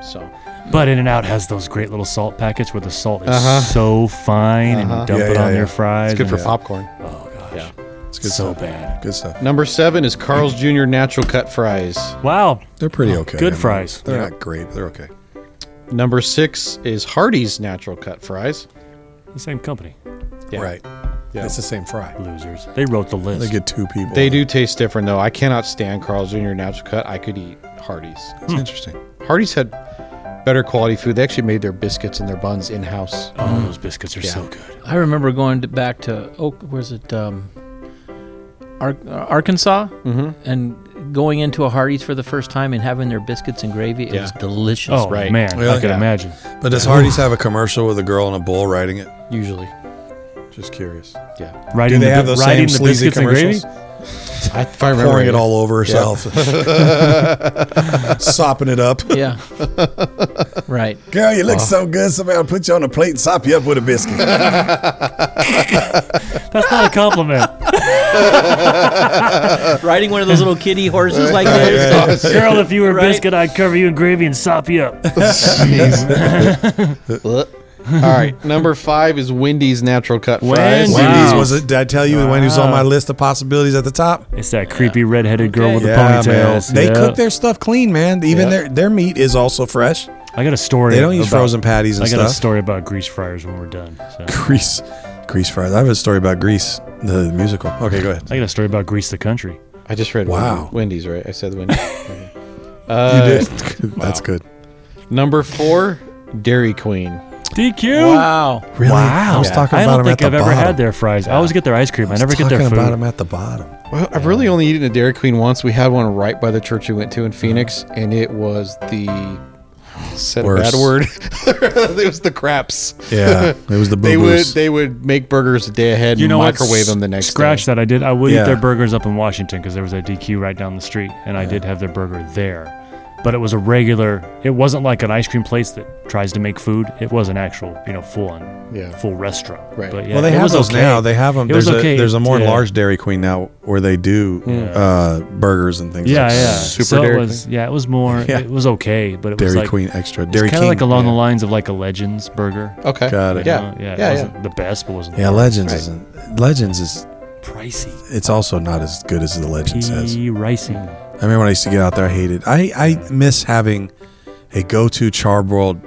So
But In and Out has those great little salt packets where the salt is so fine and you dump
Yeah,
it
yeah,
on
yeah.
your
Uh-huh.
fries.
it's good for
and
popcorn.
Oh gosh.
Yeah.
it's good
so
stuff.
bad.
Good stuff.
Number seven is Carl's Jr. Natural Cut Fries.
Wow.
They're pretty okay.
Oh, good
I mean,
fries.
They're not great, but they're okay.
Number six is Hardee's Natural Cut Fries.
The same company.
Yeah.
Right.
Yeah.
It's the same fry.
Losers. They wrote the list.
They get two people.
They do taste different though. I cannot stand Carl's Jr. Natural Cut. I could eat Hardee's.
Hmm.
It's interesting.
Hardee's had better quality food. They actually made their biscuits and their buns in house.
Oh, those biscuits are so good.
I remember going to, oh, back to Oak. Where's it? Um, Ar- Arkansas, mm-hmm. and going into a Hardee's for the first time and having their biscuits and gravy. It
Yeah.
was delicious.
Oh
right.
man,
Really?
I can
Yeah.
imagine.
But
Hmm.
does Hardee's have a commercial with a girl and a bull riding it?
Usually.
Just curious. Do
Riding
they
the,
have those
riding
same
the
sleazy
biscuits and gravy.
commercials?
I, if I remember,
Pouring it
right,
all over herself, [laughs]
[laughs]
sopping it up. [laughs]
Yeah. right.
Girl, you look so good. Somebody will put you on a plate and sop you up with a biscuit.
That's not a
[laughs]
compliment.
Riding one of those little kiddie
[laughs]
horses like this.
Girl, if you were
Right?
biscuit, I'd cover you in gravy and sop
[laughs]
you up.
[laughs] All right, number five is Wendy's natural cut fries.
Wendy's.
Wendy's
Wow.
was it? Did I tell you Wendy's was on my list of possibilities at the top?
It's that creepy redheaded girl with the
Yeah, man.
ponytails.
They
Yeah.
cook their stuff clean, man. Even their their meat is also fresh.
I got a story.
They don't use
about-
frozen patties and
I got a
stuff.
story about grease fryers when we're done. so.
Grease, Grease fries. I have a story about Grease, the musical. Okay, go ahead.
I got a story about Grease the Country.
I just read
Wow.
Wendy's, right? I said Wendy's. Okay.
You
Uh,
did. [laughs] That's good.
Number four, Dairy Queen.
DQ.
Wow.
Really?
Wow.
I was talking
I
about
don't
them at
think
the
I've ever
bottom.
had their fries. I always get their ice cream. I,
I
never
was
get their
talking
food.
about them at the bottom.
Well, I've really only eaten a Dairy Queen once. We had one right by the church we went to in Phoenix, and it was the said a
Worse.
bad word. [laughs] it was the craps.
[laughs] Yeah, it was the
They would
boo-boos.
they would make burgers a day ahead and
You know what?
microwave them the next
Scratch
day.
that. I did. I would eat
Yeah.
their burgers up in Washington because there was a DQ right down the street, and I did have their burger there. But it was a regular. It wasn't like an ice cream place that tries to make food. It was an actual, you know, full on,
Yeah.
full restaurant.
Right.
But yeah,
well, they
it
have
was
those
okay.
now. They have them.
It
There's
was okay.
a there's a more
Yeah.
large Dairy Queen now where they do uh, burgers and things.
Yeah,
like
yeah.
that.
Super
so
Dairy
it was. Yeah, it was more.
Yeah.
It was okay, but it was
Dairy
like
Queen extra. Dairy
kind of
King.
like along the lines of like a Legends burger.
Okay.
Got it.
you
Yeah.
know? yeah. It
Yeah,
wasn't the best, but wasn't
yeah,
the
Legends isn't. Legends is.
pricey.
It's also not as good as the Legend says.
P ricey.
I remember when I used to get out there. I hated. I I miss having a go-to charbroiled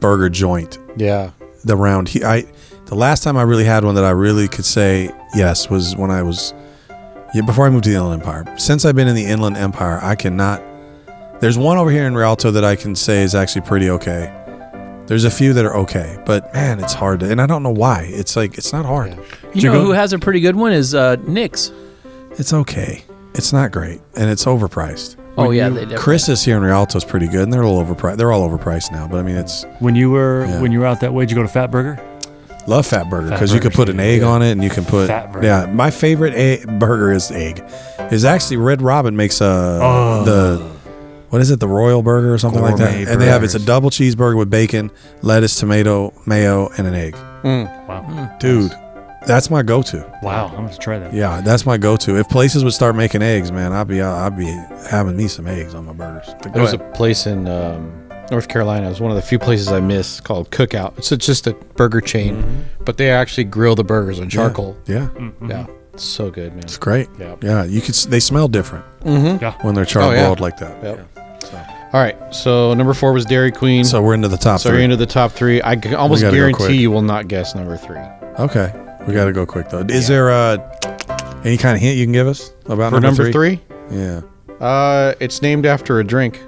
burger joint
Yeah.
the round he I the last time I really had one that I really could say yes was when I was yeah before I moved to the Inland Empire. Since I've been in the Inland Empire, I cannot. There's one over here in Rialto that I can say is actually pretty okay. There's a few that are okay, but man, it's hard, to, and I don't know why. It's like it's not hard.
You know who has a pretty good one is uh, Nick's.
It's okay. It's not great, and it's overpriced.
Oh yeah, they definitely-
Chris is here in Rialto is pretty good, and they're a little overpriced. They're all overpriced now, but I mean, it's
When you were
Yeah.
when you were out that way, did you go to Fat Burger?
Love fat burger
Fat
because you can
burger's
put an
good,
egg on it and you can put
Fat burger.
yeah. My favorite egg, burger is egg. Is actually Red Robin makes a
Oh.
the what is it the Royal Burger or something like that,
Gourmet
and they have it's a
burgers.
double cheeseburger with bacon, lettuce, tomato, mayo, and an egg.
Wow.
Dude, that's my go-to.
Wow. I'm gonna try that.
Yeah, that's my go-to. If places would start making eggs, man, I'd be I'd be having me some eggs on my burgers. But go
There was a
ahead.
place in um, North Carolina. It was one of the few places I miss called Cookout. It's just a burger chain,
Mm-hmm.
but they actually grill the burgers on charcoal.
yeah,
Mm.
Yeah. It's so good, man.
it's great.
Yeah.
Yeah, you could s- they smell different
Yeah.
when they're
Oh, yeah.
charbroiled like that.
Yep. All right. So number four was Dairy Queen.
So we're into the top.
So
three.
you're into the top three. I can almost
gotta go
guarantee
quick.
you will not guess number three.
Okay, we got to go quick though. Is there uh, any kind of hint you can give us about
For number three,
Yeah,
uh, it's named after a drink.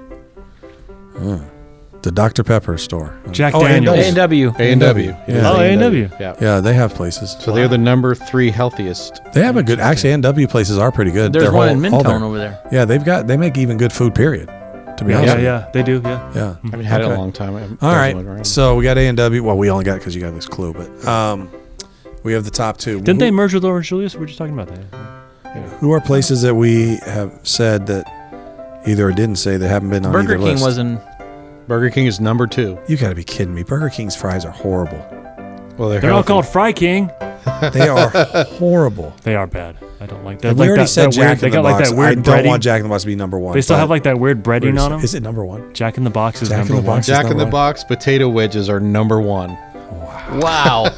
the Dr Pepper store.
Jack
Oh, and
Daniels.
those-
A&W.
A and W.
Yeah.
Oh, A&W.
Yeah.
Yeah, they have places.
So they're the number three healthiest.
They have a good. Actually, NW places are pretty good.
There's
Their
one
whole-
in
all their-
Mentone over there.
Yeah, they've got. They make even good food. Period. To be
Yeah,
honest.
yeah, yeah, they do. Yeah,
with you. yeah.
I haven't had it in
Okay.
a long time. I haven't-
All
doesn't
right.
look around.
So we got A and W. Well, we only got because you got this clue, but um, we have the top two.
didn't they
Who-
merge with Orange Julius? We were just talking about that.
Who are places that we have said that either didn't say they haven't been on
Burger
either
King
list?
was in.
Burger King is number two.
You got to be kidding me. Burger King's fries are horrible.
Well,
They're all called Fry King.
They
[laughs]
are horrible.
They are bad. I don't like that.
And
Like
we already
that,
said
that
Jack
weird,
in
they
the
got
Box.
like that weird
I
breading.
don't want Jack in the Box to be number one.
they still
but-
have like that weird
Wait a
breading on
second.
them.
Is it number one?
Jack in the Box is
Jack in
number
the
one.
Box
Jack in
Number
the
one.
Box potato wedges are number one.
[laughs]
Wow,
All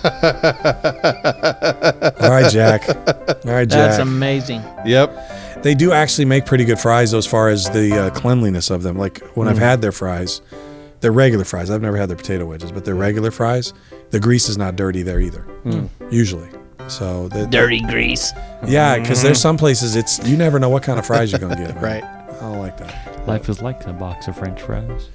right,
[laughs]
Jack. All right,
that's
Jack.
amazing.
Yep.
they do actually make pretty good fries as far as the uh, cleanliness of them. Like when
Hmm.
I've had their fries, their regular fries. I've never had their potato wedges, but their regular fries, the grease is not dirty there either.
Hmm.
Usually. So the,
Dirty grease.
yeah, because there's some places it's you never know what kind of fries you're gonna get. man.
Right.
I don't like that.
Life is like a box of French fries.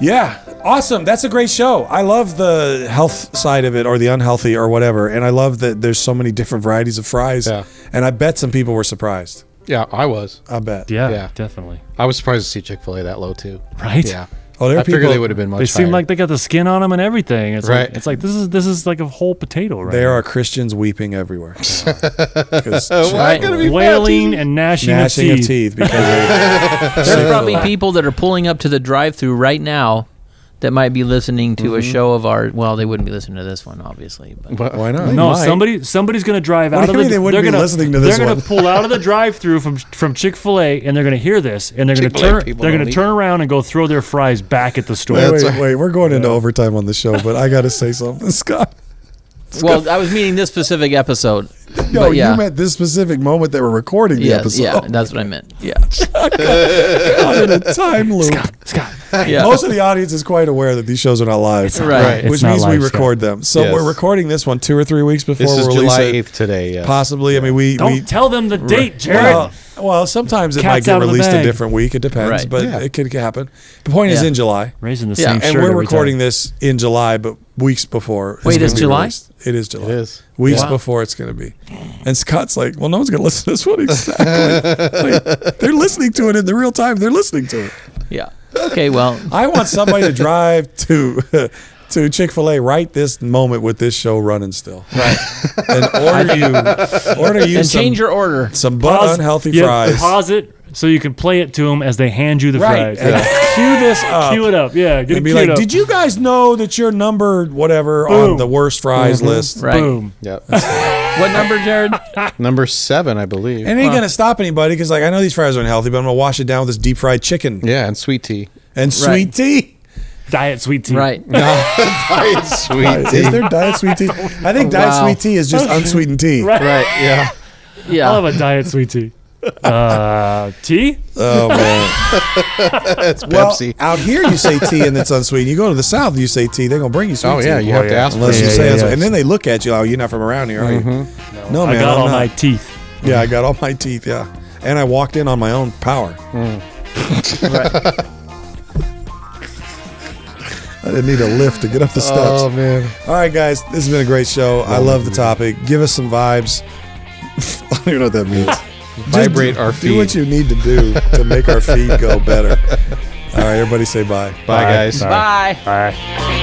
Yeah, awesome. That's a great show. I love the health side of it or the unhealthy or whatever. And I love that there's so many different varieties of fries.
Yeah.
And I bet some people were surprised.
Yeah, I was.
I bet.
Yeah,
Yeah.
definitely.
I was surprised to see Chick Fil A that low too.
Right?
Yeah,
Oh, there are
I figured
people-
they would have been much.
They seem
higher.
like they got the skin on them and everything. It's
Right.
like it's like this is this is like a whole potato right
There
now.
are Christians weeping everywhere. 'Cause
Why gotta be
wailing and gnashing,
gnashing
of
of teeth
teeth.
because
There's probably people that are pulling up to the drive-through right now that might be listening to a show of our. Well, they wouldn't be listening to this one, obviously. But
they, why not?
No,
Might.
somebody somebody's gonna drive
What
out
do
of
you
the.
mean they wouldn't
they're
be
gonna,
listening to this
They're
one?
gonna pull out
[laughs]
of the drive-through from from Chick Fil A, and they're gonna hear this, and they're gonna
Chick-fil-A
turn.
people
They're
don't
gonna
eat.
turn around and go throw their fries back at the store.
Wait, wait, wait, we're going into overtime on the show, but I got to say something, [laughs] Scott.
well, I was meaning this specific episode.
[laughs] No,
but yeah.
you meant this specific moment that we're recording the
yeah,
episode. [laughs]
yeah, that's what I meant. Yeah,
I'm in a time loop.
yeah.
Most of the audience is quite aware that these shows are not live,
right.
It's
which
not
means we
live, Scott.
record them. So
Yes.
we're recording this one two or three weeks before
This is
we're
July
releasing.
eighth today. Yes.
Possibly. I mean, we
Don't
we
tell them the date, Jared.
well, well, sometimes it
Cat's
might get
out of the
released a
bag.
different week. It depends,
Right.
but
Yeah.
it could happen. The point is
Yeah.
in July,
Raising the
Yeah,
same
and
shirt.
Uh, and we're
every time.
recording this in July, but weeks before.
Wait,
gonna
it's
be
July?
released. It is July.
It is.
Weeks
Wow.
before it's going to be. And Scott's like, well, no one's going to [laughs] listen to this one
[laughs]
exactly. Like, they're listening to it in the real time. They're listening to it.
Yeah. Okay. Well,
I want somebody to drive to [laughs] to Chick Fil A right this moment with this show running still, right? And order you order you
and
some,
change your order.
some butt
Pause-
unhealthy
yeah,
fries.
Pause it so you can play it to them as they hand you the
Right.
fries. Like, Cue this up. Cue it up. Yeah. Get
and be
it queued
like,
up.
did you guys know that you're numbered whatever on
Boom.
the worst fries list?
Right.
Boom.
Yep.
[laughs]
What number, Jared?
Number seven, I believe.
And it ain't gonna stop anybody because like I know these fries are unhealthy, but I'm gonna wash it down with this deep fried chicken
yeah, and sweet tea.
and sweet
Right.
tea.
Diet sweet tea.
right.
Diet sweet
[laughs]
[laughs]
Is there diet sweet tea? I think diet
Wow.
sweet tea is just unsweetened tea.
Oh, Right. Yeah.
Yeah.
I love a diet sweet tea. Uh, tea?
Oh
[laughs]
man.
That's
Well,
Pepsi.
out here you say tea and it's unsweetened. You go to the south, you say tea, they're gonna bring you sweet
oh
tea.
yeah, you
Oh,
have to
yeah.
ask
Unless
for
you
it.
say
yeah,
that's
yeah.
and then they look at you. Oh, you're not from around here, are you?
Mm-hmm.
No, man.
I got
I'm
all
not.
my teeth.
yeah, I got all my teeth. Yeah, and I walked in on my own power.
Hmm.
[laughs] I didn't need a lift to get up the steps.
Oh man.
All right, guys, this has been a great show. I love the topic. Give us some vibes. [laughs] I don't even know what that means. Just
[laughs] Vibrate
do-
our
Do what
feed.
you need to do
[laughs]
to make our feed go better. All right, everybody, say bye.
Bye guys.
Bye.
Bye.
Bye.